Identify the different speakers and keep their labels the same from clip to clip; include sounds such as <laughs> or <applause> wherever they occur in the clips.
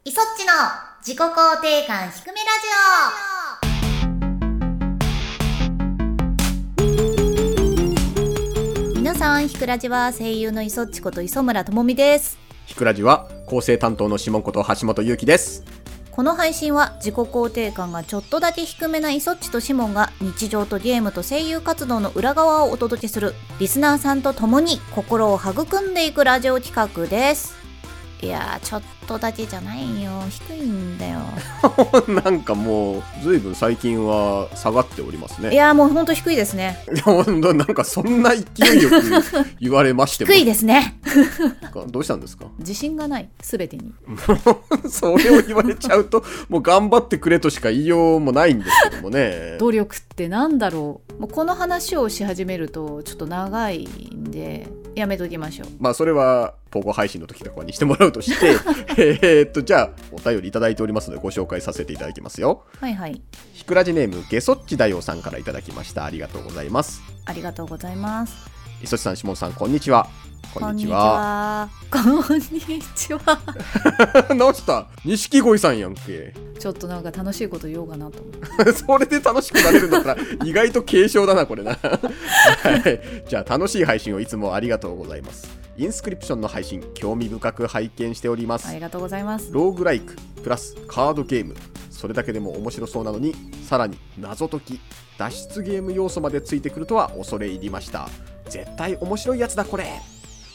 Speaker 1: の自己肯定感低めラジオ皆さんひくラジは声優の磯っちこと磯村智美です
Speaker 2: ひくらじは構成担当のシモンこと橋本ゆうきです。 <laughs>
Speaker 1: この配信は自己肯定感がちょっとだけ低めなイソッチとシモンが日常とゲームと声優活動の裏側をお届けするリスナーさんと共に心を育んでいくラジオ企画です。いやー、ちょっとだけじゃないよ。低いんだよ。
Speaker 2: なんかもうずいぶん最近は下がっております
Speaker 1: い
Speaker 2: ね。
Speaker 1: やーもうほんと低いですね。
Speaker 2: いや本当なんかそんな勢いよく言われましても
Speaker 1: 低いですね。
Speaker 2: どうしたんですか <laughs>
Speaker 1: 自信がない。すべてに。
Speaker 2: それを言われちゃうともう頑張ってくれとしか言いようもないんですけどもね。
Speaker 3: 努力ってなんだろうもうこの話をし始めるとちょっと長いんでやめときましょう
Speaker 2: まあそれはポ後配信の時とかにしてもらうとして
Speaker 1: <laughs>
Speaker 2: えーっとじゃあお便りいただいておりますのでご紹介させていただきますよ。
Speaker 1: はいはい。
Speaker 2: ひくらじネームゲソッチ大王さんからいただきましたありがとうございます。
Speaker 1: ありがとうございます。
Speaker 2: 磯地さん、下さん、こんにちは。こんにち
Speaker 1: は。
Speaker 2: は。
Speaker 3: こんにちは <laughs>
Speaker 2: <laughs> 直した。錦鯉さんやんけ。 <laughs>
Speaker 3: ちょっとなんか楽しいこと言おうかなと思って
Speaker 2: それで楽しくなれるんだったら、意外と軽症だな、これな。 <laughs> はい。じゃあ、楽しい配信をいつもありがとうございます。インスクリプションの配信、興味深く拝見しております。
Speaker 3: ありがとうございます
Speaker 2: ローグライク、プラスカードゲーム。それだけでも面白そうなのに、さらに謎解き、脱出ゲーム要素までついてくるとは恐れ入りました。絶対面白いやつだ、これ。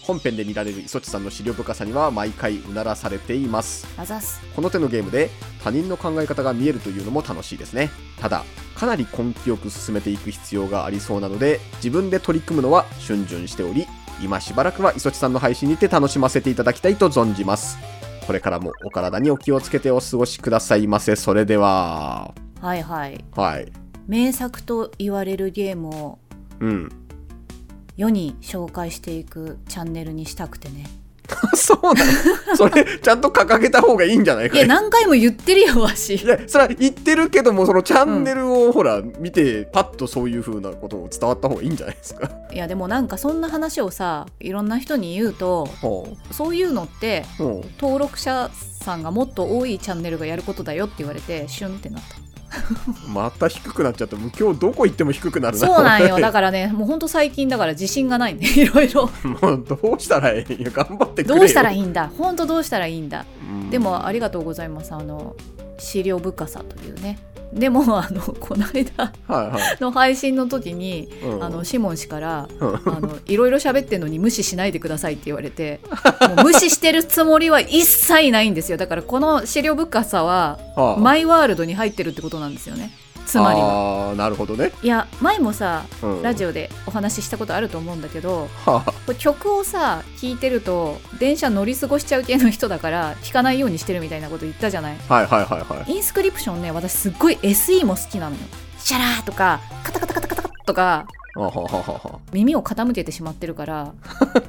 Speaker 2: 本編で見られる磯地さんの資料深さには毎回うならされています。
Speaker 3: あざっす
Speaker 2: この手のゲームで他人の考え方が見えるというのも楽しいですねただかなり根気よく進めていく必要がありそうなので自分で取り組むのは逡巡しており今しばらくは磯地さんの配信にて楽しませていただきたいと存じますこれからもお体にお気をつけてお過ごしくださいませそれでは
Speaker 3: はいはい
Speaker 2: はい
Speaker 3: 名作と言われるゲームを
Speaker 2: うん
Speaker 3: 世に紹介していくチャンネルにしたくてね
Speaker 2: <laughs> そうなの <laughs> それちゃんと掲げた方がいいんじゃない
Speaker 3: い
Speaker 2: か
Speaker 3: や何回も言ってるよわし
Speaker 2: いやそれは言ってるけどもそのチャンネルをほら見てパッとそういう風なことを伝わった方がいいんじゃないですか、
Speaker 3: いやでもなんかそんな話をさいろんな人に言うと
Speaker 2: ほう
Speaker 3: そういうのって
Speaker 2: ほう
Speaker 3: 登録者さんがもっと多いチャンネルがやることだよって言われてシュンってなった
Speaker 2: また低くなっちゃったもう今日どこ行っても低くなるな
Speaker 3: そうなん
Speaker 2: <laughs>
Speaker 3: よだからねもうほんと最近だから自信がないね <laughs> いろいろ
Speaker 2: もうどうしたらいいいや頑張ってくれ
Speaker 3: どうしたら
Speaker 2: い
Speaker 3: いいんだほんとどうしたらいいんだでもあり
Speaker 2: が
Speaker 3: がとうございますあの資料深さというねでもあのこの間
Speaker 2: はいはい、
Speaker 3: の配信の時に
Speaker 2: うん
Speaker 3: あのシモン氏から
Speaker 2: うん
Speaker 3: あのいろいろ喋ってんのに無視しないでくださいって言われてもう無視してるつもりは一切ないんですよだからこの資料深さは
Speaker 2: はあ
Speaker 3: マイワールドに入ってるってことなんですよねつまりは
Speaker 2: あーなるほどね、
Speaker 3: いや前もさ
Speaker 2: うん、
Speaker 3: ラジ
Speaker 2: オ
Speaker 3: オでお話ししたことあると思うんだけど
Speaker 2: はあ
Speaker 3: これ曲をさ聴いてると電車乗り過ごしちゃう系の人だから聴かないようにしてるみたいなこと言ったじゃない
Speaker 2: はいはいはいはい
Speaker 3: インスクリプションね私すっごい SE も好きなのよシャラーとかカタカタカタカタとか
Speaker 2: あはははは
Speaker 3: 耳を傾けてしまってるから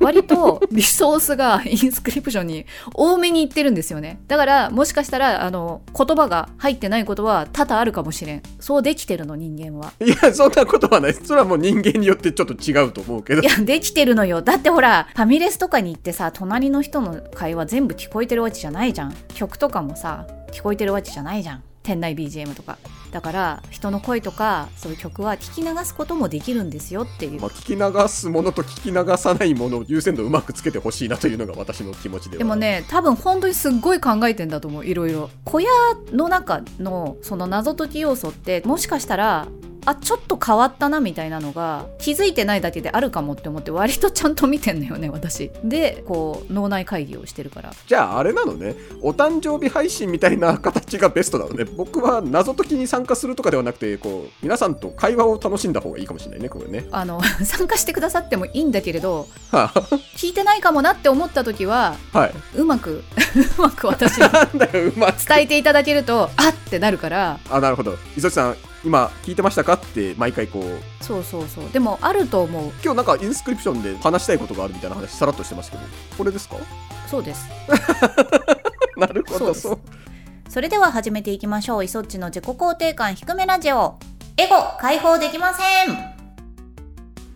Speaker 3: 割とリソースがインスクリプションに多めにいってるんですよねだからもしかしたらあの言葉が入ってないことは多々あるかもしれんそうできてるの人間はい
Speaker 2: やそんなことはないそれはもう人間によってちょっと違うと思うけど
Speaker 3: いやできてるのよだってほらファミレスとかに行ってさ隣の人の会話全部聞こえてるわけじゃないじゃん曲とかもさ聞こえてるわけじゃないじゃん店内 BGM とかだから人の声とかそういう曲は聞き流すこともできるんですよっていう
Speaker 2: まあ、聞き流すものと聞き流さないものを優先度をうまくつけてほしいなというのが私の気持ちでは
Speaker 3: でもね多分本当にすっごい考えてんだと思ういろいろ小屋の中のその謎解き要素ってもしかしたらあちょっと変わったなみたいなのが気づいてないだけであるかもって思って割とちゃんと見てんのよね私でこう脳内会議をしてるから
Speaker 2: じゃああれなのねお誕生日配信みたいな形がベストなのね僕は謎解きに参加するとかではなくてこう皆さんと会話を楽しんだ方がいいかもしれないねこれね
Speaker 3: あの <laughs> 参加してくださってもいいんだけれど
Speaker 2: は
Speaker 3: 聞いてないかもなって思った時は
Speaker 2: あはい
Speaker 3: うまく <laughs> うまく私に
Speaker 2: なんだようまく
Speaker 3: 伝えていただけるとあってなるから
Speaker 2: あなるほど磯地さん今聞いてましたかって毎回こう
Speaker 3: そうそうそうでもあると思う
Speaker 2: 今日なんかインスクリプションで話したいことがあるみたいな話さらっとしてますけどこれですか
Speaker 3: そうです
Speaker 2: <laughs> なるほど
Speaker 3: そ
Speaker 2: <laughs> そうう
Speaker 1: それでは始めていきましょう。イソッチの自己肯定感低めラジオ。エゴ解放できません。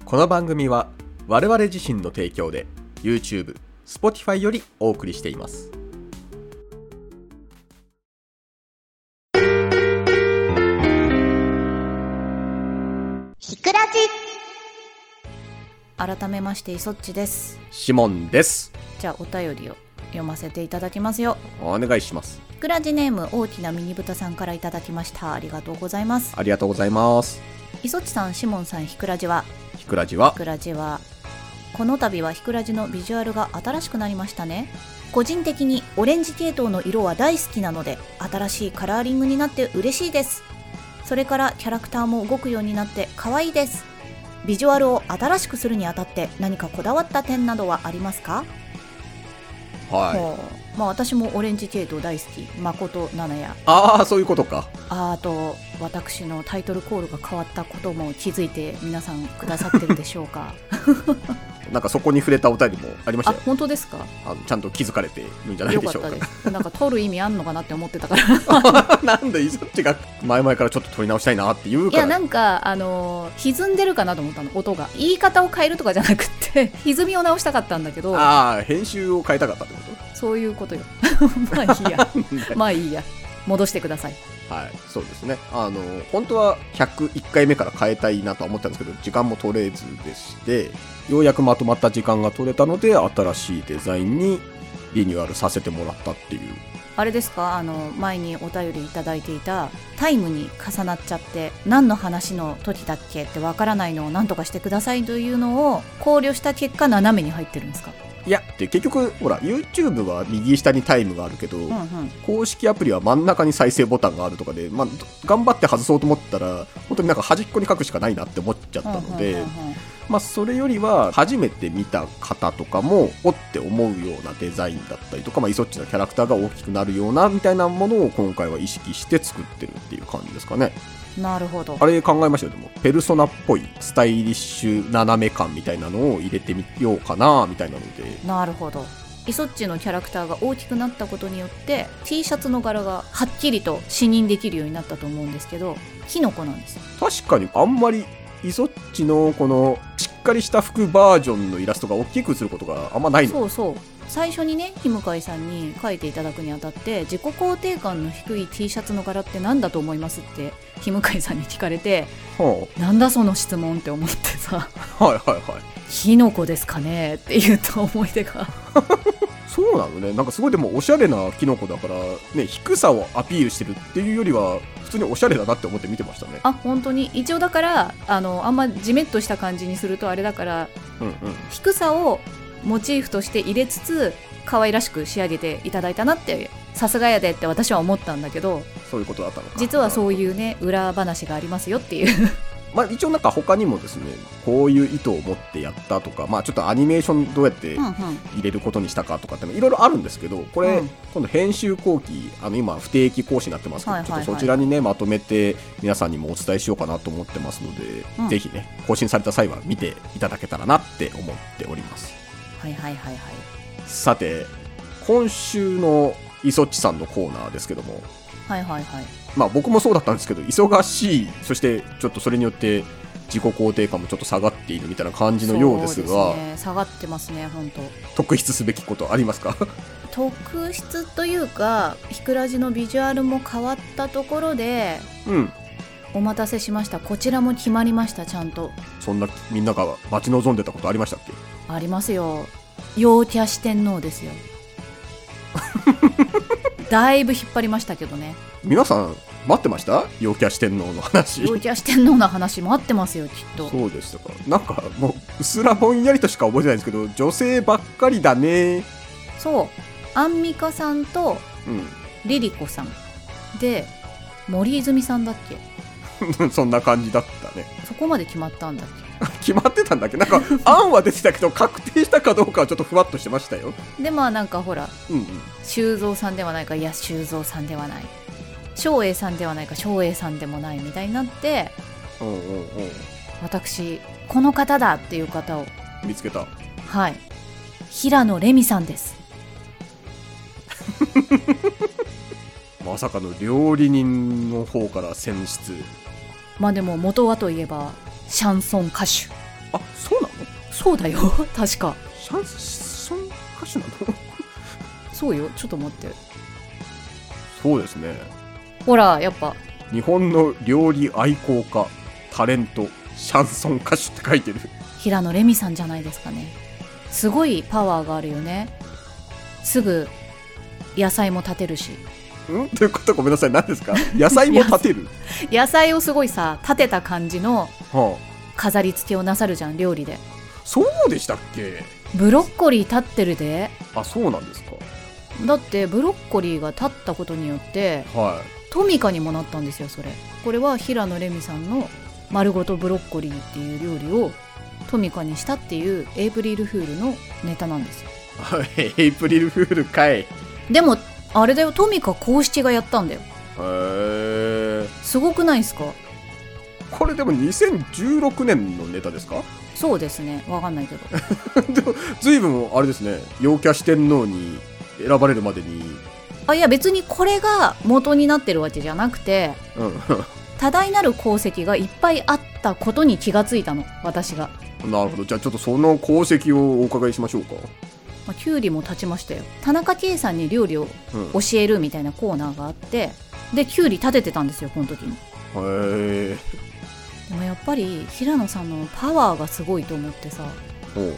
Speaker 2: この番組は我々自身の提供で YouTube、Spotify よりお送りしています
Speaker 3: 改めましていそっちです
Speaker 2: シモンです。
Speaker 3: じゃあお便りを読ませていただきますよ
Speaker 2: お願いします。
Speaker 3: グラジネーム大きなミニブタさんからいただきましたありがとうございます
Speaker 2: ありがとうございます。
Speaker 3: いそっちさんシモンさんひくらじは
Speaker 2: ひくらじは
Speaker 3: ひ、くらじはこの度はひくらじのビジュアルが新しくなりましたね個人的にオレンジ系統の色は大好きなので新しいカラーリングになって嬉しいですそれからキャラクターも動くようになって可愛いですビジュアルを新しくするにあたって何かこだわった点などはありますか、
Speaker 2: はい。
Speaker 3: もうまあ私もオレンジ系統大好き誠七也
Speaker 2: ああ、そういうことか。
Speaker 3: あーあと私のタイトルコールが変わったことも気づいて皆さんくださってるでしょう
Speaker 2: <laughs>
Speaker 3: か
Speaker 2: なんかそこに触れたお便りもありまし
Speaker 4: あ
Speaker 2: たよ。
Speaker 4: 本当ですか
Speaker 2: あのちゃんと気づかれているんじゃない
Speaker 4: よ
Speaker 2: で
Speaker 4: か
Speaker 2: しょ
Speaker 4: っ
Speaker 2: うか
Speaker 4: た。ですなんか取る意味あんのかなって思ってたから
Speaker 2: <laughs> なんでいそっちが前々からちょっと撮り直したいなって言う
Speaker 4: い
Speaker 2: か
Speaker 4: や
Speaker 2: ら
Speaker 4: なんかあのー歪んでるかなと思ったの音が言い方を変えるとかじゃなくって歪みを直したかったんだけど
Speaker 2: ああ編集を変えたかったってこ
Speaker 4: そういうことよ <laughs> まあいいや
Speaker 2: と <laughs>
Speaker 4: まあいいや戻してください
Speaker 2: はいそうですねあの本当は101回目から変えたいなとは思ったんですけど時間も取れずでしてようやくまとまった時間が取れたので新しいデザインにリニューアルさせてもらったっていう
Speaker 3: あれですかあの前にお便りいただいていたタイムに重なっちゃって何の話の時だっけってわからないのを何とかしてくださいというのを考慮した結果斜めに入ってるんですか
Speaker 2: いやで結局ほら YouTube は右下にタイムがあるけど、
Speaker 3: うんうん
Speaker 2: 公式アプリは真ん中に再生ボタンがあるとかで、まあ、頑張って外そうと思ったら本当になんか端っこに書くしかないなって思っちゃったので、
Speaker 3: うんうんうんうん
Speaker 2: まあ、それよりは初めて見た方とかもおって思うようなデザインだったりとか、まあ、イソッチのキャラクターが大きくなるようなみたいなものを今回は意識して作ってるっていう感じですかね
Speaker 3: なるほど
Speaker 2: あれ考えましたよでもペルソナっぽいスタイリッシュ斜め感みたいなのを入れてみようかなみたいなので
Speaker 3: なるほどイソッチのキャラクターが大きくなったことによって T シャツの柄がはっきりと視認できるようになったと思うんですけどキノコなんですよ
Speaker 2: 確かにあんまりイソッチのこのしっかりした服バージョンのイラストが大きくすることがあんまないの
Speaker 3: そうそう最初にねひむかいさんに書いていただくにあたって自己肯定感の低い T シャツの柄って何だと思いますってひむかいさんに聞かれて
Speaker 2: は
Speaker 3: なんだその質問って思って <laughs> さ
Speaker 2: あはいはいはい
Speaker 3: 「キノコですかね?」って言った思い出が
Speaker 2: そうなのねなんかすごいでもおしゃれなキノコだからね低さをアピールしてるっていうよりは普通におしゃれだなって思って見てましたね
Speaker 4: あ本当に一応だからあのあんまじめっとした感じにするとあれだから
Speaker 2: うんうん
Speaker 4: 低さをモチーフとして入れつつ可愛らしく仕上げていただいたなってさすがやでって私は思ったんだけど
Speaker 2: そういうことだったのか
Speaker 4: 実はそう
Speaker 2: う
Speaker 4: いうね裏話がありますよっていう
Speaker 2: まあ一応なんか他にもですねこういう意図を持ってやったとかまあちょっとアニメーションどうやって入れることにしたかとかっていろいろあるんですけどこれ、
Speaker 3: うん
Speaker 2: 今度編集後期あの今不定期講師になってますけど、
Speaker 3: はいはいはい
Speaker 2: ちょっとそちらにねまとめて皆さんにもお伝えしようかなと思ってますので、
Speaker 3: うん
Speaker 2: ぜひね更新された際は見ていただけたらなって思っております
Speaker 3: はいはいはいはい
Speaker 2: さて今週の磯っちさんのコーナーですけども
Speaker 3: はいはいはい
Speaker 2: まあ僕もそうだったんですけど忙しいそしてちょっとそれによって自己肯定感もちょっと下がっているみたいな感じのようです
Speaker 3: そ
Speaker 2: が
Speaker 3: うですね下がってますね本当
Speaker 2: 特筆すべきことありますか
Speaker 3: 特質というかひくらじのビジュアルも変わったところで
Speaker 2: うん
Speaker 3: お待たせしましたこちらも決まりましたちゃんと
Speaker 2: そんなみんなが待ち望んでたことありましたっけ
Speaker 3: ありますよ陽キャ四天王です
Speaker 2: <laughs>
Speaker 3: よだいぶ引っ張りましたけどね
Speaker 2: 皆さん待ってました陽キャ四天王の話
Speaker 3: 陽キャ四天王の話も合ってますよきっと
Speaker 2: そうでしたかなんかもううすらぼんやりとしか覚えてないんですけど女性ばっかりだね
Speaker 3: そうアンミカさんと
Speaker 2: う
Speaker 3: リリコさんで森泉さんだっけ
Speaker 2: ん <laughs> そんな感じだったね <laughs>
Speaker 3: そこまで決まったんだっけ
Speaker 2: 決まってたんだっけなんか案は出てたけど確定したかどうかはちょっとふわっとしてましたよ
Speaker 3: でまあなんかほら
Speaker 2: うんうん
Speaker 3: 修造さんではないかいや修造さんではない照英さんではないか照英さんでもないみたいになって
Speaker 2: うんうんうん
Speaker 3: 私この方だっていう方を
Speaker 2: 見つけた
Speaker 3: はい平野レミさんです
Speaker 2: まさかの料理人の方から選出
Speaker 3: まあでも元はといえばシャンソン歌手
Speaker 2: あそうなの
Speaker 3: そうだよ <laughs> 確か
Speaker 2: シャンソン歌手なの <laughs>
Speaker 3: そうよちょっと待って
Speaker 2: そうですね
Speaker 3: ほらやっぱ
Speaker 2: 日本の料理愛好家タレントシャンソン歌手って書いてる <laughs>
Speaker 3: 平野レミさんじゃないですかねすごいパワーがあるよねすぐ野菜も立てるし
Speaker 2: んということはごめんなさい何ですか野菜も立てる、
Speaker 3: 野菜をすごいさ立てた感じの
Speaker 2: は
Speaker 3: 飾り付けをなさるじゃん料理で
Speaker 2: あ、そうでしたっけ
Speaker 3: ブロッコリー立ってるで
Speaker 2: あそうなんですか
Speaker 3: だってブロッコリーが立ったことによって
Speaker 2: は
Speaker 3: トミカにもなったんですよそれこれは平野レミさんの「丸ごとブロッコリー」っていう料理をトミカにしたっていうエイプリルフールのネタなんですよ
Speaker 2: い <laughs> エイプリルフールかいへ
Speaker 3: でもあれだよトミカ公式がやったんだよ
Speaker 2: え
Speaker 3: すごくないですか
Speaker 2: これでも2016年のネタですか
Speaker 3: そうですねわかんないけど
Speaker 2: でも随分あれですね陽キャ四天王に選ばれるまでに
Speaker 3: あいや別にこれが元になってるわけじゃなくて
Speaker 2: うん
Speaker 3: 多大なる功績がいっぱいあったことに気がついたの私が、
Speaker 2: <laughs> なるほどじゃあちょっとその功績をお伺いしましょうか
Speaker 3: まあ、キュウリも立ちましたよ田中圭さんに料理を
Speaker 2: うん
Speaker 3: 教えるみたいなコーナーがあってでキュウリ立ててたんですよこの時に
Speaker 2: へえ
Speaker 3: でもやっぱり平野さんのパワーがすごいと思ってさ
Speaker 2: おう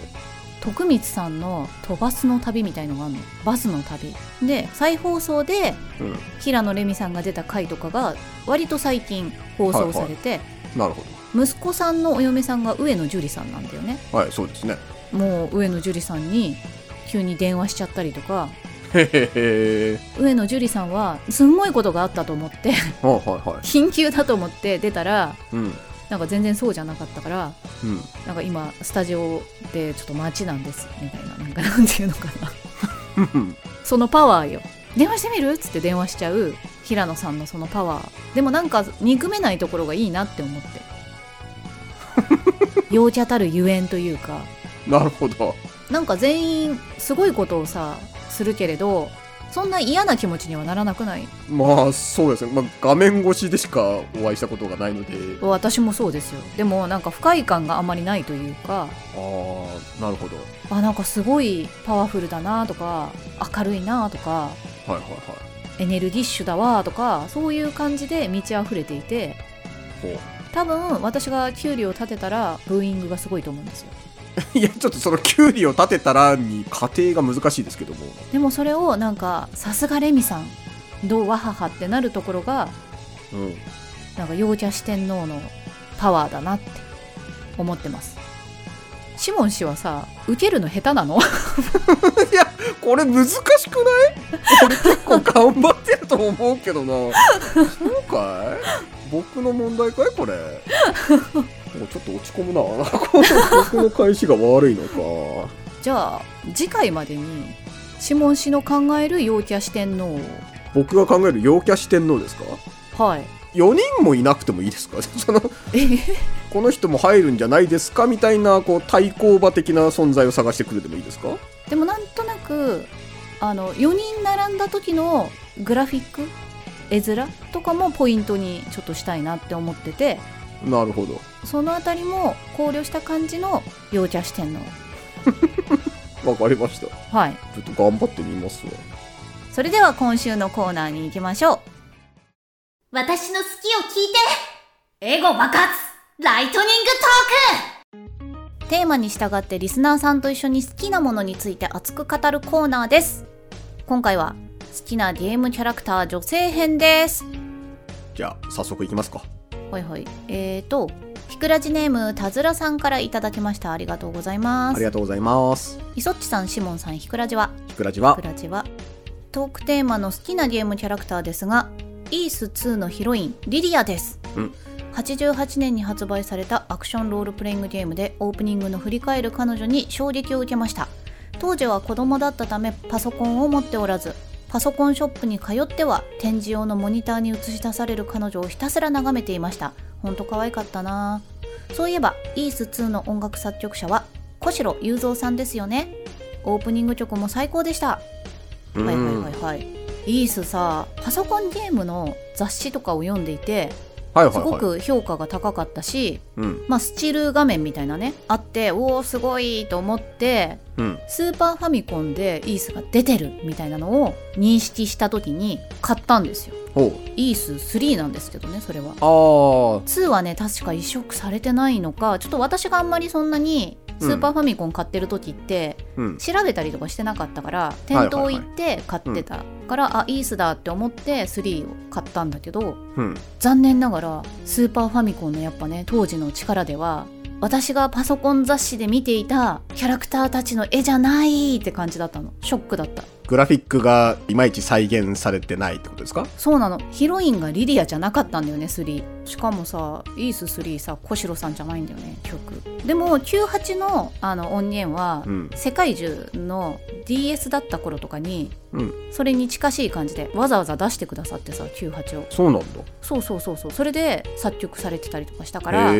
Speaker 3: 徳光さんの「飛ばすの旅」みたいのがあるのバスの旅で再放送で
Speaker 2: うん
Speaker 3: 平野レミさんが出た回とかが割と最近放送されて、
Speaker 2: なるほ
Speaker 3: 息子さんのお嫁さんが上野樹里さんなんだよね
Speaker 2: どはいそうですね
Speaker 3: もう上野樹里さんに急に電話しちゃったりとか
Speaker 2: へへへ
Speaker 3: 上野樹里さんはすんごいことがあったと思って <laughs>
Speaker 2: はいはいはい
Speaker 3: 緊急だと思って出たら
Speaker 2: うんうん
Speaker 3: なんか全然そうじゃなかったからなんか今スタジオでちょっと待ちなんですみたいななんかなんていうのかな <laughs> そのパワーよ電話してみるっつって電話しちゃう平野さんのそのパワーでもなんか憎めないところがいいなって思って陽キャたるゆえんというか
Speaker 2: <laughs> なるほど
Speaker 3: なんか全員すごいことをさするけれどそんな嫌な気持ちにはならなくない
Speaker 2: まあそうですね、まあ、画面越しでしかお会いしたことがないので
Speaker 3: 私もそうですよでもなんか不快感があまりないというか
Speaker 2: ああなるほど
Speaker 3: あなんかすごいパワフルだなとか明るいなとか
Speaker 2: はいはいはい
Speaker 3: エネルギッシュだわとかそういう感じで満ち溢れていて
Speaker 2: ほう
Speaker 3: 多分私が給料立てたらブーイングがすごいと思うんですよ
Speaker 2: いや、 <laughs> ちょっとそのキュウリを立てたらに過程が難しいですけども。
Speaker 3: でもそれをなんかさすがレミさんどうわははってなるところが
Speaker 2: うん。
Speaker 3: なんか陽キャ四天王のパワーだなって思ってますシモン氏はさ受けるの下手なの <laughs>
Speaker 2: これ難しくない俺結構頑張ってると思うけどな。そうかい僕の問題かい <laughs> これ。もうちょっと落ち込むな。 <laughs> この僕の返しが悪いのか。
Speaker 3: じゃあ次回までにシモン氏の考える陽キャ四天王
Speaker 2: 僕が考える陽キャ四天王ですか
Speaker 3: をはい
Speaker 2: ?4 人もいなくてもいいですか <laughs> その、この人も入るんじゃないですかみたいな、こう、対抗馬的な存在を探してくれてもいいですか
Speaker 3: でもなんとなくあの4人並んだ時のグラフィック絵面とかもポイントにちょっとしたいなって思ってて
Speaker 2: なるほど。
Speaker 3: そのあたりも考慮した感じの陽キャ四天
Speaker 2: わかりました。
Speaker 3: 王はい
Speaker 2: ちょっと頑張ってみますわ。
Speaker 3: それでは今週のコーナーに行きましょう
Speaker 1: 私の好きを聞いてエゴ爆発ライトニングトークテーマに従ってリスナーさんと一緒に好きなものについて熱く語るコーナーです今回は好きなゲームキャラクター女性編です
Speaker 2: じゃあ、早速いきますか。
Speaker 1: はいはいえーとひくらじネームたずらさんからいただきましたありがとうございま
Speaker 2: あり
Speaker 1: す
Speaker 2: がとうございます。
Speaker 1: いそっちさんしもんさんひくらじは
Speaker 2: ひくらじ
Speaker 1: ク
Speaker 2: は、
Speaker 1: ラジはトークテーマの好きなゲームキャラクターですがイース2のヒロインリリアです、
Speaker 2: うん
Speaker 1: 88年に発売されたアクションロールプレイングゲームでオープニングの振り返る彼女に衝撃を受けました当時は子供だったためパソコンを持っておらずパソコンショップに通っては展示用のモニターに映し出される彼女をひたすら眺めていましたほんと可愛かったなぁそういえばイース2の音楽作曲者は小城雄三さんですよねオープニング曲も最高でした
Speaker 2: うん
Speaker 1: はいはいはいはい。イースさパソコンゲームの雑誌とかを読んでいて
Speaker 2: はいはい
Speaker 1: すご
Speaker 2: はい。
Speaker 1: く評価が高かったし、
Speaker 2: うん、
Speaker 1: まあ、スチール画面みたいなねあっておおすごいと思って
Speaker 2: うん。
Speaker 1: スーパーファミコンでイースが出てるみたいなのを認識した時に買ったんですよ
Speaker 2: おう
Speaker 3: イース3なんですけどねそれは
Speaker 2: あ
Speaker 3: 2はね確か移植されてないのかちょっと私があんまりそんなにスーパーファミコン買ってる時って
Speaker 2: あうん
Speaker 3: 調べたりとかしてなかったから
Speaker 2: いはい
Speaker 3: 店頭行って買ってたから、あイースだって思って3を買ったんだけど
Speaker 2: うん
Speaker 3: 残念ながらスーパーファミコンのやっぱね当時の力では私がパソコン雑誌で見ていたキャラクターたちの絵じゃないって感じだったのショックだった
Speaker 2: グラフィックがいまいち再現されてないってことですか
Speaker 3: そうなのヒロインがリリアじゃなかったんだよね3しかもさイース3さ小シロさんじゃないんだよね曲でも98のあの音源は、
Speaker 2: うん
Speaker 3: 世界中の DS だった頃とかに、
Speaker 2: うん
Speaker 3: それに近しい感じでわざわざ出してくださってさ98を
Speaker 2: そうなんだ
Speaker 3: そうそうそうそうそれで作曲されてたりとかしたから
Speaker 2: へ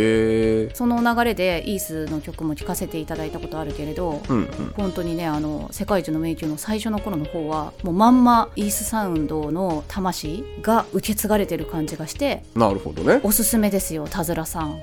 Speaker 2: え
Speaker 3: その流れでイースの曲も聴かせていただいたことあるけれど、
Speaker 2: うんうん
Speaker 3: 本当にねあの世界一の迷宮の最初の頃の方はもうまんまイースサウンドの魂が受け継がれてる感じがして
Speaker 2: なるほどね
Speaker 3: おすすめですよ田面さん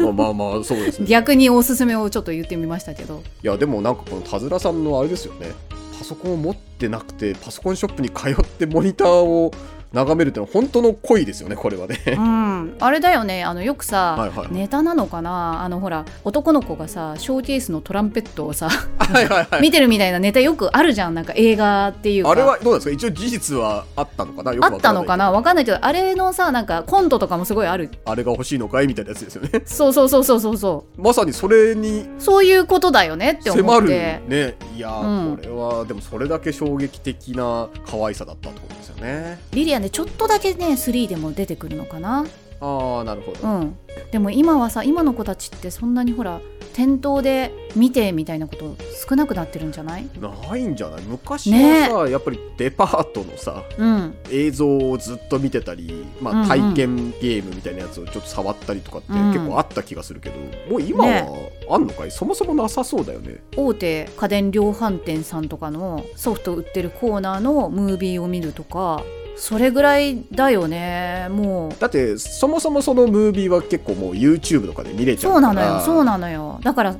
Speaker 2: まあまあまあそうですね
Speaker 3: 逆におすすめをちょっと言ってみましたけど
Speaker 2: いやでもなんかこの田面さんのあれですよねパソコンを持ってなくてパソコンショップに通ってモニターを眺めるってのは本当の恋ですよねこれは
Speaker 3: う
Speaker 2: ね
Speaker 3: んあれだよねあのよくさ、
Speaker 2: はいはい
Speaker 3: ネタなのかなあのほら男の子がさショーケースのトランペットをさ、
Speaker 2: はいはいはい
Speaker 3: 見てるみたいなネタよくあるじゃんなんか映画っていうか
Speaker 2: <laughs> あれはどうなんですか一応事実はあったのかなよく
Speaker 3: あ
Speaker 2: わ
Speaker 3: っ
Speaker 2: か
Speaker 3: た
Speaker 2: らない
Speaker 3: のかなわかんないけどあれのさなんかコントとかもすごいある
Speaker 2: あれが欲しいのかいみたいなやつですよね <laughs>
Speaker 3: そうそうそうそうそうそう
Speaker 2: まさにそれに
Speaker 3: そういうことだよねって思
Speaker 2: 迫
Speaker 3: っ
Speaker 2: る
Speaker 3: て。
Speaker 2: ねいやー、
Speaker 3: うん
Speaker 2: これはでもそれだけ衝撃的な可愛さだったってことですよね
Speaker 3: リリアねちょっとだけね3でも出てくるのかな
Speaker 2: ああなるほど、
Speaker 3: うんでも今はさ今の子たちってそんなにほら店頭で見てみたいなこと少なくなってるんじゃない
Speaker 2: ないんじゃない昔はさ、やっぱりデパートのさ
Speaker 3: うん
Speaker 2: 映像をずっと見てたり、
Speaker 3: うん
Speaker 2: ま
Speaker 3: う
Speaker 2: あ、
Speaker 3: ん
Speaker 2: 体験ゲームみたいなやつをちょっと触ったりとかって
Speaker 3: うん
Speaker 2: 結構あった気がするけど、もう今はあんのかい、そもそもなさそうだよね
Speaker 3: 大手家電量販店さんとかのソフト売ってるコーナーのムービーを見るとかそれぐらいだよねもう
Speaker 2: だってそもそもそのムービーは結構もう YouTube とかで見れちゃ
Speaker 3: そうう
Speaker 2: か
Speaker 3: な
Speaker 2: ら
Speaker 3: のよそうなのよだから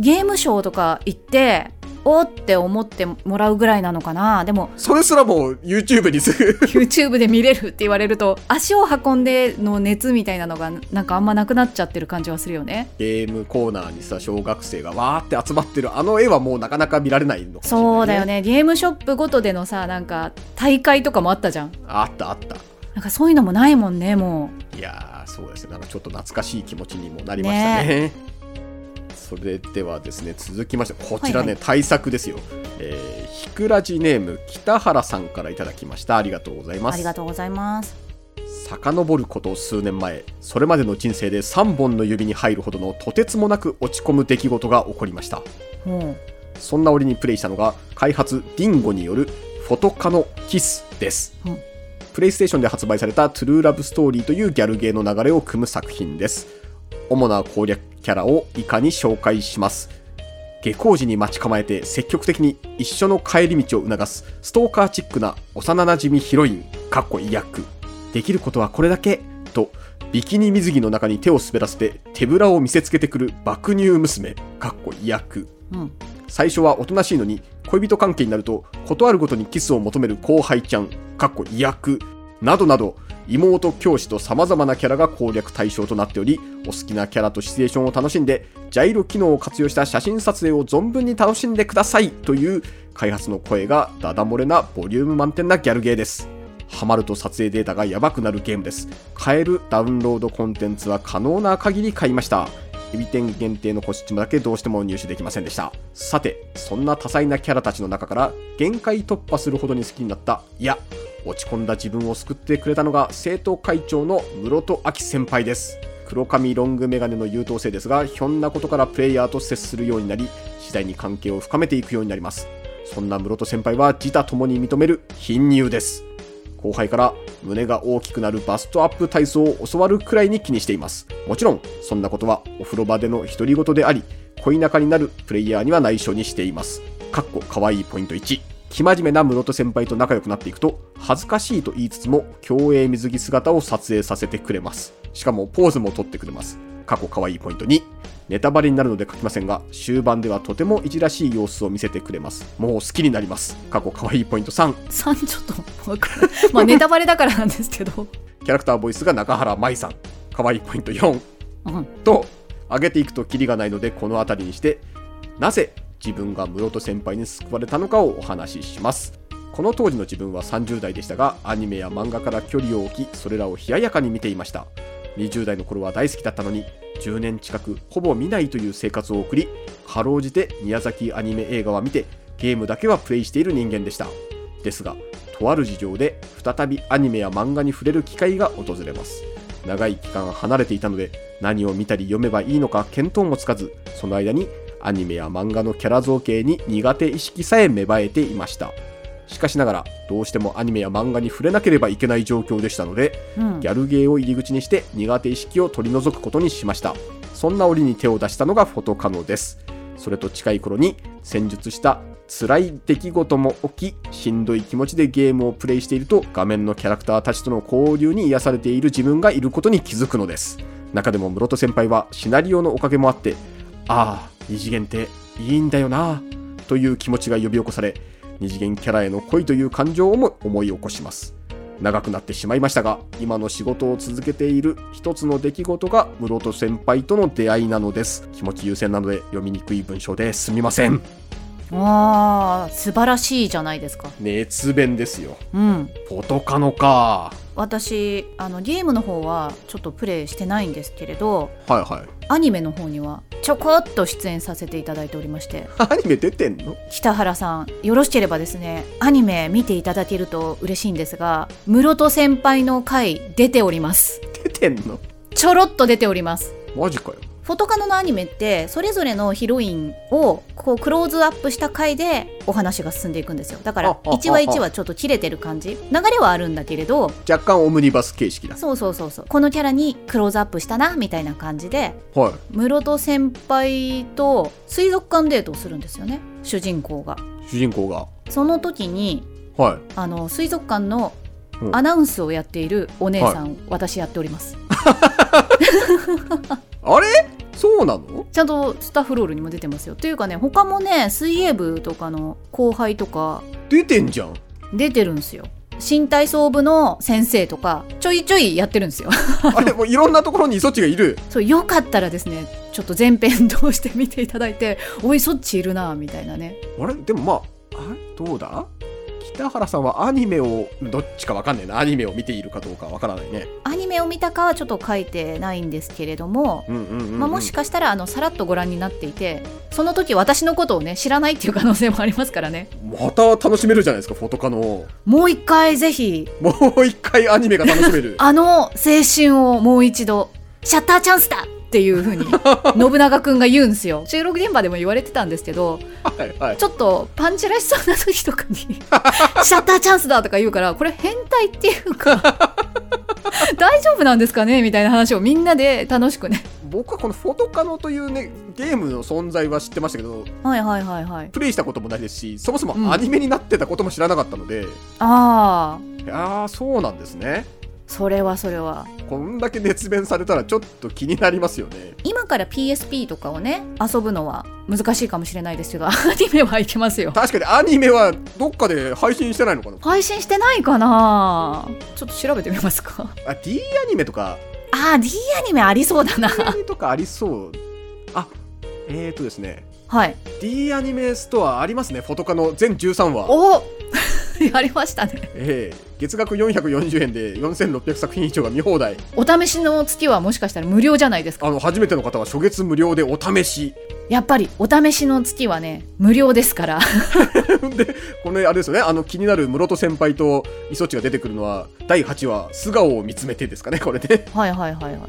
Speaker 3: ゲームショーとか行っておーって思ってもらうぐらいなのかなで
Speaker 2: <laughs>
Speaker 3: も
Speaker 2: それすらもう YouTube にすぐ
Speaker 3: YouTube で見れるって言われると足を運んでの熱みたいなのがなんかあんまなくなっちゃってる感じはするよね
Speaker 2: <laughs> ゲームコーナーにさ小学生がわーって集まってるあの絵はもうなかなか見られないのかもしれないね
Speaker 3: そうだよねゲームショップごとでのさなんか大会とかもあったじゃん
Speaker 2: あったあった
Speaker 3: なんかそういうのもないもんねも
Speaker 2: いやーそうですねなんかちょっと懐かしい気持ちにもなりましたねそれではですね続きましてこちらね、
Speaker 3: はいは
Speaker 2: 対策ですよえーひくらじネーム北原さんからいただきましたありがとうございうま
Speaker 3: あ
Speaker 2: す
Speaker 3: りがとうございます
Speaker 2: 遡ること数年前それまでの人生で3本の指に入るほどのとてつもなく落ち込む出来事が起こりました
Speaker 3: も
Speaker 2: そんな折にプレイしたのが開発ディンゴによるフォトカのキスです、
Speaker 3: うん
Speaker 2: プレイステーションで発売されたトゥルーラブストーリーというギャルゲーの流れを組む作品です主な攻略キャラを以下に紹介します下校時に待ち構えて積極的に一緒の帰り道を促すストーカーチックな幼馴染ヒロインかっこいい役できることはこれだけとビキニ水着の中に手を滑らせて手ぶらを見せつけてくる爆乳娘かっこいい役
Speaker 3: う、
Speaker 2: <laughs>
Speaker 3: うん、
Speaker 2: 最初はおとなしいのに恋人関係になると事あるごとにキスを求める後輩ちゃんかっこ威悪などなど妹教師と様々なキャラが攻略対象となっておりお好きなキャラとシチュエーションを楽しんでジャイロ機能を活用した写真撮影を存分に楽しんでくださいという開発の声がダダ漏れなボリューム満点なギャルゲーですハマると撮影データがやばくなるゲームです買えるダウンロードコンテンツは可能な限り買いましたエビ天限定のコスチュームだけどうしても入手できませんでしたさてそんな多彩なキャラたちの中から限界突破するほどに好きになったいや落ち込んだ自分を救ってくれたのが生徒会長の室戸明先輩です黒髪ロングメガネの優等生ですがひょんなことからプレイヤーと接するようになり次第に関係を深めていくようになりますそんな室戸先輩は自他ともに認める貧乳です後輩から胸が大きくなるバストアップ体操を教わるくらいに気にしています。もちろん、そんなことはお風呂場での独り言であり、恋仲になるプレイヤーには内緒にしています。かっこかわいいポイント1。生真面目な室戸先輩と仲良くなっていくと、恥ずかしいと言いつつも、競泳水着姿を撮影させてくれます。しかも、ポーズも撮ってくれます。過去かわいいポイント2。ネタバレになるので書きませんが、終盤ではとてもいじらしい様子を見せてくれます。もう好きになります。過去可愛いポイント3。
Speaker 3: 3ちょっとわからんまあネタバレだからなんですけど、
Speaker 2: キャラクターボイスが中原舞さん。可愛いポイント4。
Speaker 3: うん、
Speaker 2: と上げていくとキリがないのでこの辺りにしてなぜ自分が室戸先輩に救われたのかをお話ししますこの当時の自分は30代でしたがアニメや漫画から距離を置きそれらを冷ややかに見ていました20代の頃は大好きだったのに10年近くほぼ見ないという生活を送りかろうじて宮崎アニメ映画は見てゲームだけはプレイしている人間でしたですがとある事情で再びアニメや漫画に触れる機会が訪れます長い期間離れていたので何を見たり読めばいいのか見当もつかずその間にアニメや漫画のキャラ造形に苦手意識さえ芽生えていましたしかしながらどうしてもアニメや漫画に触れなければいけない状況でしたので
Speaker 3: うん
Speaker 2: ギ、ャルゲーを入り口にして苦手意識を取り除くことにしましたそんな折に手を出したのがフォトカノですそれと近い頃に戦術した辛い出来事も起きしんどい気持ちでゲームをプレイしていると画面のキャラクターたちとの交流に癒されている自分がいることに気づくのです中でも室戸先輩はシナリオのおかげもあってああ二次元っていいんだよなという気持ちが呼び起こされ二次元キャラへの恋という感情をも思い起こします長くなってしまいましたが今の仕事を続けている一つの出来事が室戸先輩との出会いなのです気持ち優先なので読みにくい文章ですみません
Speaker 3: あー素晴らしいじゃないですか、
Speaker 2: 熱弁ですよ
Speaker 3: うん、
Speaker 2: ポトカノか
Speaker 3: 私あのゲームの方はちょっとプレイしてないんですけれど
Speaker 2: はいはい
Speaker 3: アニメの方にはちょこっと出演させていただいておりまして
Speaker 2: アニメ出てんの
Speaker 3: 北原さんよろしければですねアニメ見ていただけると嬉しいんですが室戸先輩の回出ております
Speaker 2: 出てんの
Speaker 3: ちょろっと出ております
Speaker 2: マジかよ
Speaker 3: フォトカノのアニメってそれぞれのヒロインをこうクローズアップした回でお話が進んでいくんですよだから
Speaker 2: ああ
Speaker 3: 1話1話ちょっと切れてる感じ流れはあるんだけれど
Speaker 2: 若干オムニバス形式だ
Speaker 3: そうそうそうそうこのキャラにクローズアップしたなみたいな感じで
Speaker 2: はい
Speaker 3: 室戸先輩と水族館デートをするんですよね主人公が
Speaker 2: 主人公が
Speaker 3: その時に
Speaker 2: は
Speaker 3: あの水族館の
Speaker 2: うん
Speaker 3: アナウンスをやっているお姉さん、私やっております
Speaker 2: いあれそうなの
Speaker 3: ちゃんとスタッフロールにも出てますよというかね他もね水泳部とかの後輩とか
Speaker 2: 出てんじ <laughs> ゃん
Speaker 3: 出てるんですよ新体操部の先生とかちょいちょいやってるんですよ
Speaker 2: あれもういろんなところにイソッチがいる
Speaker 3: そうよかったらですねちょっと前編通して見ていただいておいそっちいるなみたいなね
Speaker 2: あれでもまあ、あれどうだ北原さんはアニメを、どっちかわかんねえな。アニメを見ているかどうかわからないね。
Speaker 3: アニメを見たかはちょっと書いてないんですけれども
Speaker 2: うんうんうん、
Speaker 3: まあ、もしかしたらあのさらっとご覧になっていてその時私のことをね知らないっていう可能性もありますからね
Speaker 2: また楽しめるじゃないですか、フォトカの。も
Speaker 3: もう一回ぜひ
Speaker 2: う一回アニメが楽しめ <laughs> る。
Speaker 3: あの青春をもう一度シャッターチャンスだっていう
Speaker 2: <laughs>
Speaker 3: 風に信長くんが言うんですよ収録現場でも言われてたんですけど
Speaker 2: はいはい。
Speaker 3: ちょっとパンチらしそうな時とかに <laughs> シャッターチャンスだとか言うからこれ変態っていうか <laughs> 大丈夫なんですかねみたいな話をみんなで楽しくね
Speaker 2: 僕はこのフォトカノというね、ゲームの存在は知ってましたけど、
Speaker 3: はいはいはいはい
Speaker 2: プレイしたこともないですし、そもそ
Speaker 3: うん
Speaker 2: もアニメになってたことも知らなかったので、
Speaker 3: ああ
Speaker 2: いやー、そうなんですね。
Speaker 3: それはそれは
Speaker 2: こんだけ熱弁されたらちょっと気になりますよね。
Speaker 3: 今から PSP とかをね遊ぶのは難しいかもしれないですけど <laughs> アニメはいけますよ
Speaker 2: 確かにアニメはどっかで配信してないのかな
Speaker 3: 配信してないかなちょっと調べてみますか
Speaker 2: あ、D アニメとか
Speaker 3: あー D アニメありそうだな
Speaker 2: アニメとかありそう。あ、えーとですね。
Speaker 3: はい
Speaker 2: D アニメストアありますね。フォトカの全13話。
Speaker 3: お <laughs> やりましたね
Speaker 2: ええ月額440円で4600作品以上が見放題。
Speaker 3: お試しの月はもしかしたら無料じゃないですか
Speaker 2: あの、初めての方は初月無料でお試し。
Speaker 3: やっぱりお試しの月はね無料ですから
Speaker 2: で、このあれですよね。あの、気になる室戸先輩と磯地が出てくるのは、第8話、素顔を見つめてですかね、これね。
Speaker 3: はいはいはいはい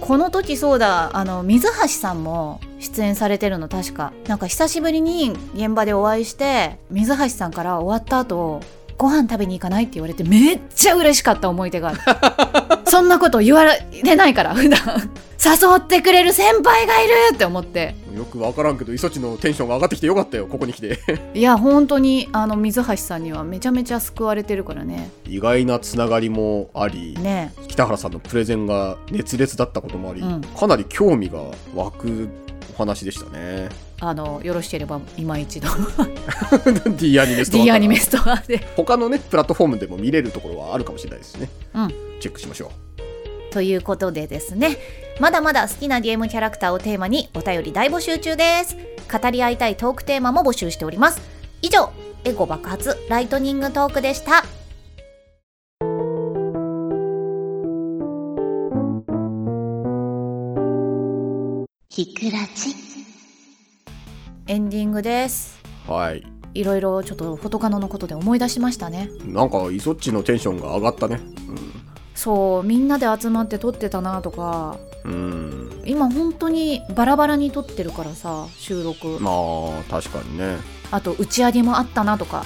Speaker 3: この時そうだあの水橋さんも出演されてるの確かなんか久しぶりに現場でお会いして水橋さんから終わった後ご飯食べに行かないって言われてめっちゃ嬉しかった思い出があ <laughs> るそんなこと言われないから普段誘ってくれる先輩がいるって思って
Speaker 2: よくわからんけど、磯地のテンションが上がってきてよかったよ、ここに来て。
Speaker 3: いや本当にあの水橋さんにはめちゃめちゃ救われてるからね
Speaker 2: 意外なつながりもあり、
Speaker 3: ねえ
Speaker 2: 北原さんのプレゼンが熱烈だったこともあり、
Speaker 3: うん
Speaker 2: かなり興味が湧く話でしたね <laughs>
Speaker 3: あのよろしければ今一度
Speaker 2: D アニメストア
Speaker 3: D
Speaker 2: から
Speaker 3: アニメストアで。
Speaker 2: 他のねプラットフォームでも見れるところはあるかもしれないですね、
Speaker 3: うん
Speaker 2: チェックしましょう
Speaker 1: ということでですねまだまだ好きなゲームキャラクターをテーマにお便り大募集中です語り合いたいトークテーマも募集しております以上エゴ爆発ライトニングトークでしたひくらちエンディングです
Speaker 2: はい
Speaker 3: いろいろちょっとフォトカノのことで思い出しましたね。
Speaker 2: なんかイソッチのテンションが上がったね
Speaker 3: そうみんなで集まって撮ってたなとか
Speaker 2: うんうん
Speaker 3: 今本当にバラバラに撮ってるからさ収録
Speaker 2: まあ確かにね <laughs>
Speaker 3: あと打ち上げもあったなとか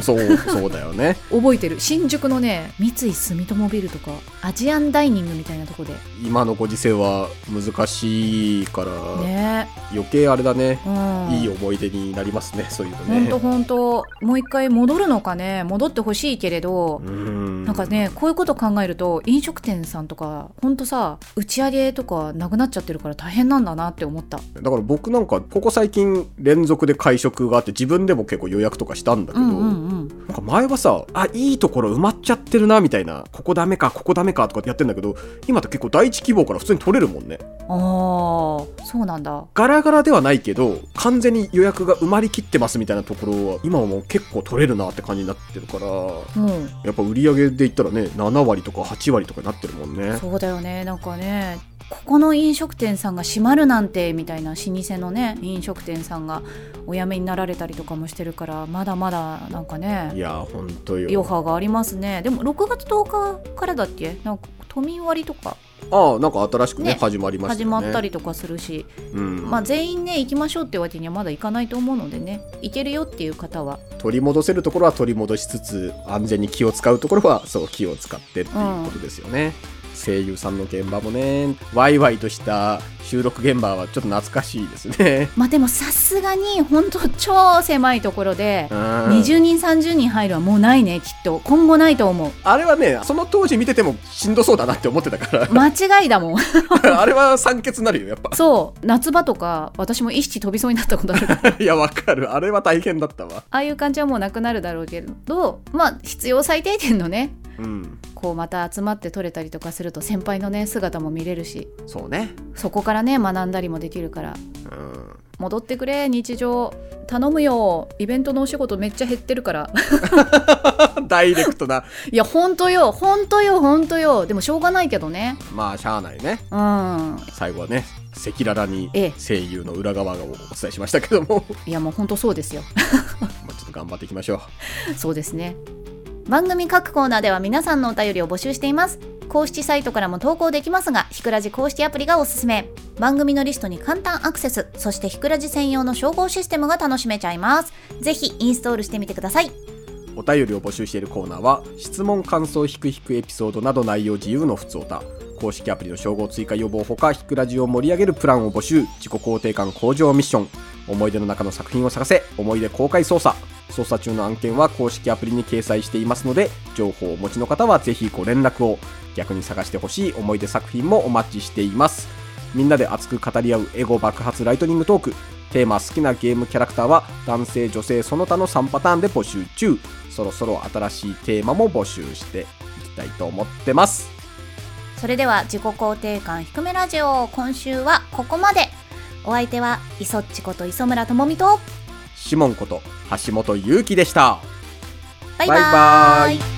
Speaker 2: そうそうだよね
Speaker 3: 覚えてる新宿のね三井住友ビルとかアジアンダイニングみたいなとこで
Speaker 2: 今のご時世は難しいから、
Speaker 3: ね
Speaker 2: 余計あれだね
Speaker 3: うん
Speaker 2: いい思い出になりますねそういうの
Speaker 3: ほんと
Speaker 2: ね
Speaker 3: ほんともう一回戻るのかね戻ってほしいけれど
Speaker 2: うん
Speaker 3: なんかねこういうこと考えると飲食店さんとかほんとさ打ち上げとかなくなっちゃってるから大変なんだなって思った
Speaker 2: だから僕なんかここ最近連続で会食があって自分でも結構予約とかしたんだけ
Speaker 3: う
Speaker 2: ど、
Speaker 3: んうんうん
Speaker 2: なんか前はさあいいところ埋まっちゃってるなみたいなここダメかここダメかとかってやってんだけど今って結構第一希望から普通に取れるもんね
Speaker 3: ああそうなんだ
Speaker 2: ガラガラではないけど完全に予約が埋まりきってますみたいなところは今はもう結構取れるなって感じになってるから
Speaker 3: うん
Speaker 2: やっぱ売り上げで言ったらね7割とか8割とかになってるもんね
Speaker 3: そうだよねなんかねここの飲食店さんが閉まるなんてみたいな老舗のね飲食店さんがお辞めになられたりとかもしてるからまだまだなんか
Speaker 2: い
Speaker 3: ね
Speaker 2: やーほんとよ
Speaker 3: 余波がありますねでも6月10日からだっけなんか都民割とか
Speaker 2: ああなんか新しくね
Speaker 3: ね
Speaker 2: 始まりました
Speaker 3: 始
Speaker 2: よね
Speaker 3: まったりとかするし、
Speaker 2: うん、
Speaker 3: まあ、全員ね行きましょうってわけにはまだいかないと思うのでね行けるよっていう方は
Speaker 2: 取り戻せるところは取り戻しつつ安全に気を使うところはそう気を使ってっていうことですよね、声優さんの現場もねワイワイとした収録現場はちょっと懐かしいですね
Speaker 3: まあでもさすがに本当超狭いところで20
Speaker 2: 20
Speaker 3: 人30人入るはもうないねきっと今後ないと思う
Speaker 2: あれはねその当時見ててもしんどそうだなって思ってたか
Speaker 3: 間違いだもん
Speaker 2: らあれは酸欠になるよやっぱ <laughs>
Speaker 3: そう夏場とか私も意識飛びそうになったことある <laughs> あ
Speaker 2: いやわかるあれは大変だったわ
Speaker 3: あいう感じはもうなくなるだろうけどまあ必要最低限のね
Speaker 2: うん
Speaker 3: こうまた集まって撮れたりとかすると先輩のね姿も見れるし
Speaker 2: そうね
Speaker 3: そこからね学んだりもできるから
Speaker 2: うん
Speaker 3: 戻ってくれ日常頼むよイベントのお仕事めっちゃ減ってるから <laughs>
Speaker 2: ダイレクトない
Speaker 3: やほんとよほんとよほんとよでもしょうがないけどね
Speaker 2: まあしゃあないね
Speaker 3: うん
Speaker 2: 最後はね赤裸々に
Speaker 3: ええ
Speaker 2: 声優の裏側をお伝えしましたけども <laughs>
Speaker 3: いやもうほんとそうですよ
Speaker 2: まあちょっと頑張っていきましょう。
Speaker 3: そうですね
Speaker 1: 番組各コーナーでは皆さんのお便りを募集しています公式サイトからも投稿できますがひくらじ公式アプリがおすすめ番組のリストに簡単アクセスそしてひくらじ専用の照合システムが楽しめちゃいますぜひインストールしてみてください
Speaker 2: お便りを募集しているコーナーは、質問、感想、ひくひくエピソードなど内容自由のふつおた。公式アプリの称号追加予防ほか、ひくラジを盛り上げるプランを募集、自己肯定感向上ミッション、思い出の中の作品を探せ、思い出公開捜査。捜査中の案件は公式アプリに掲載していますので、情報をお持ちの方はぜひご連絡を。逆に探してほしい思い出作品もお待ちしています。みんなで熱く語り合うエゴ爆発ライトニングトーク。テーマ好きなゲームキャラクターは男性女性その他の3パターンで募集中。そろそろ新しいテーマも募集していきたいと思ってます。
Speaker 1: それでは自己肯定感低めラジオ今週はここまでお相手は磯っちこと磯村智美と
Speaker 2: シモンこと橋本ゆうきでした。
Speaker 1: バイバ
Speaker 2: バイバ
Speaker 1: ー
Speaker 2: ー
Speaker 1: イ
Speaker 2: イ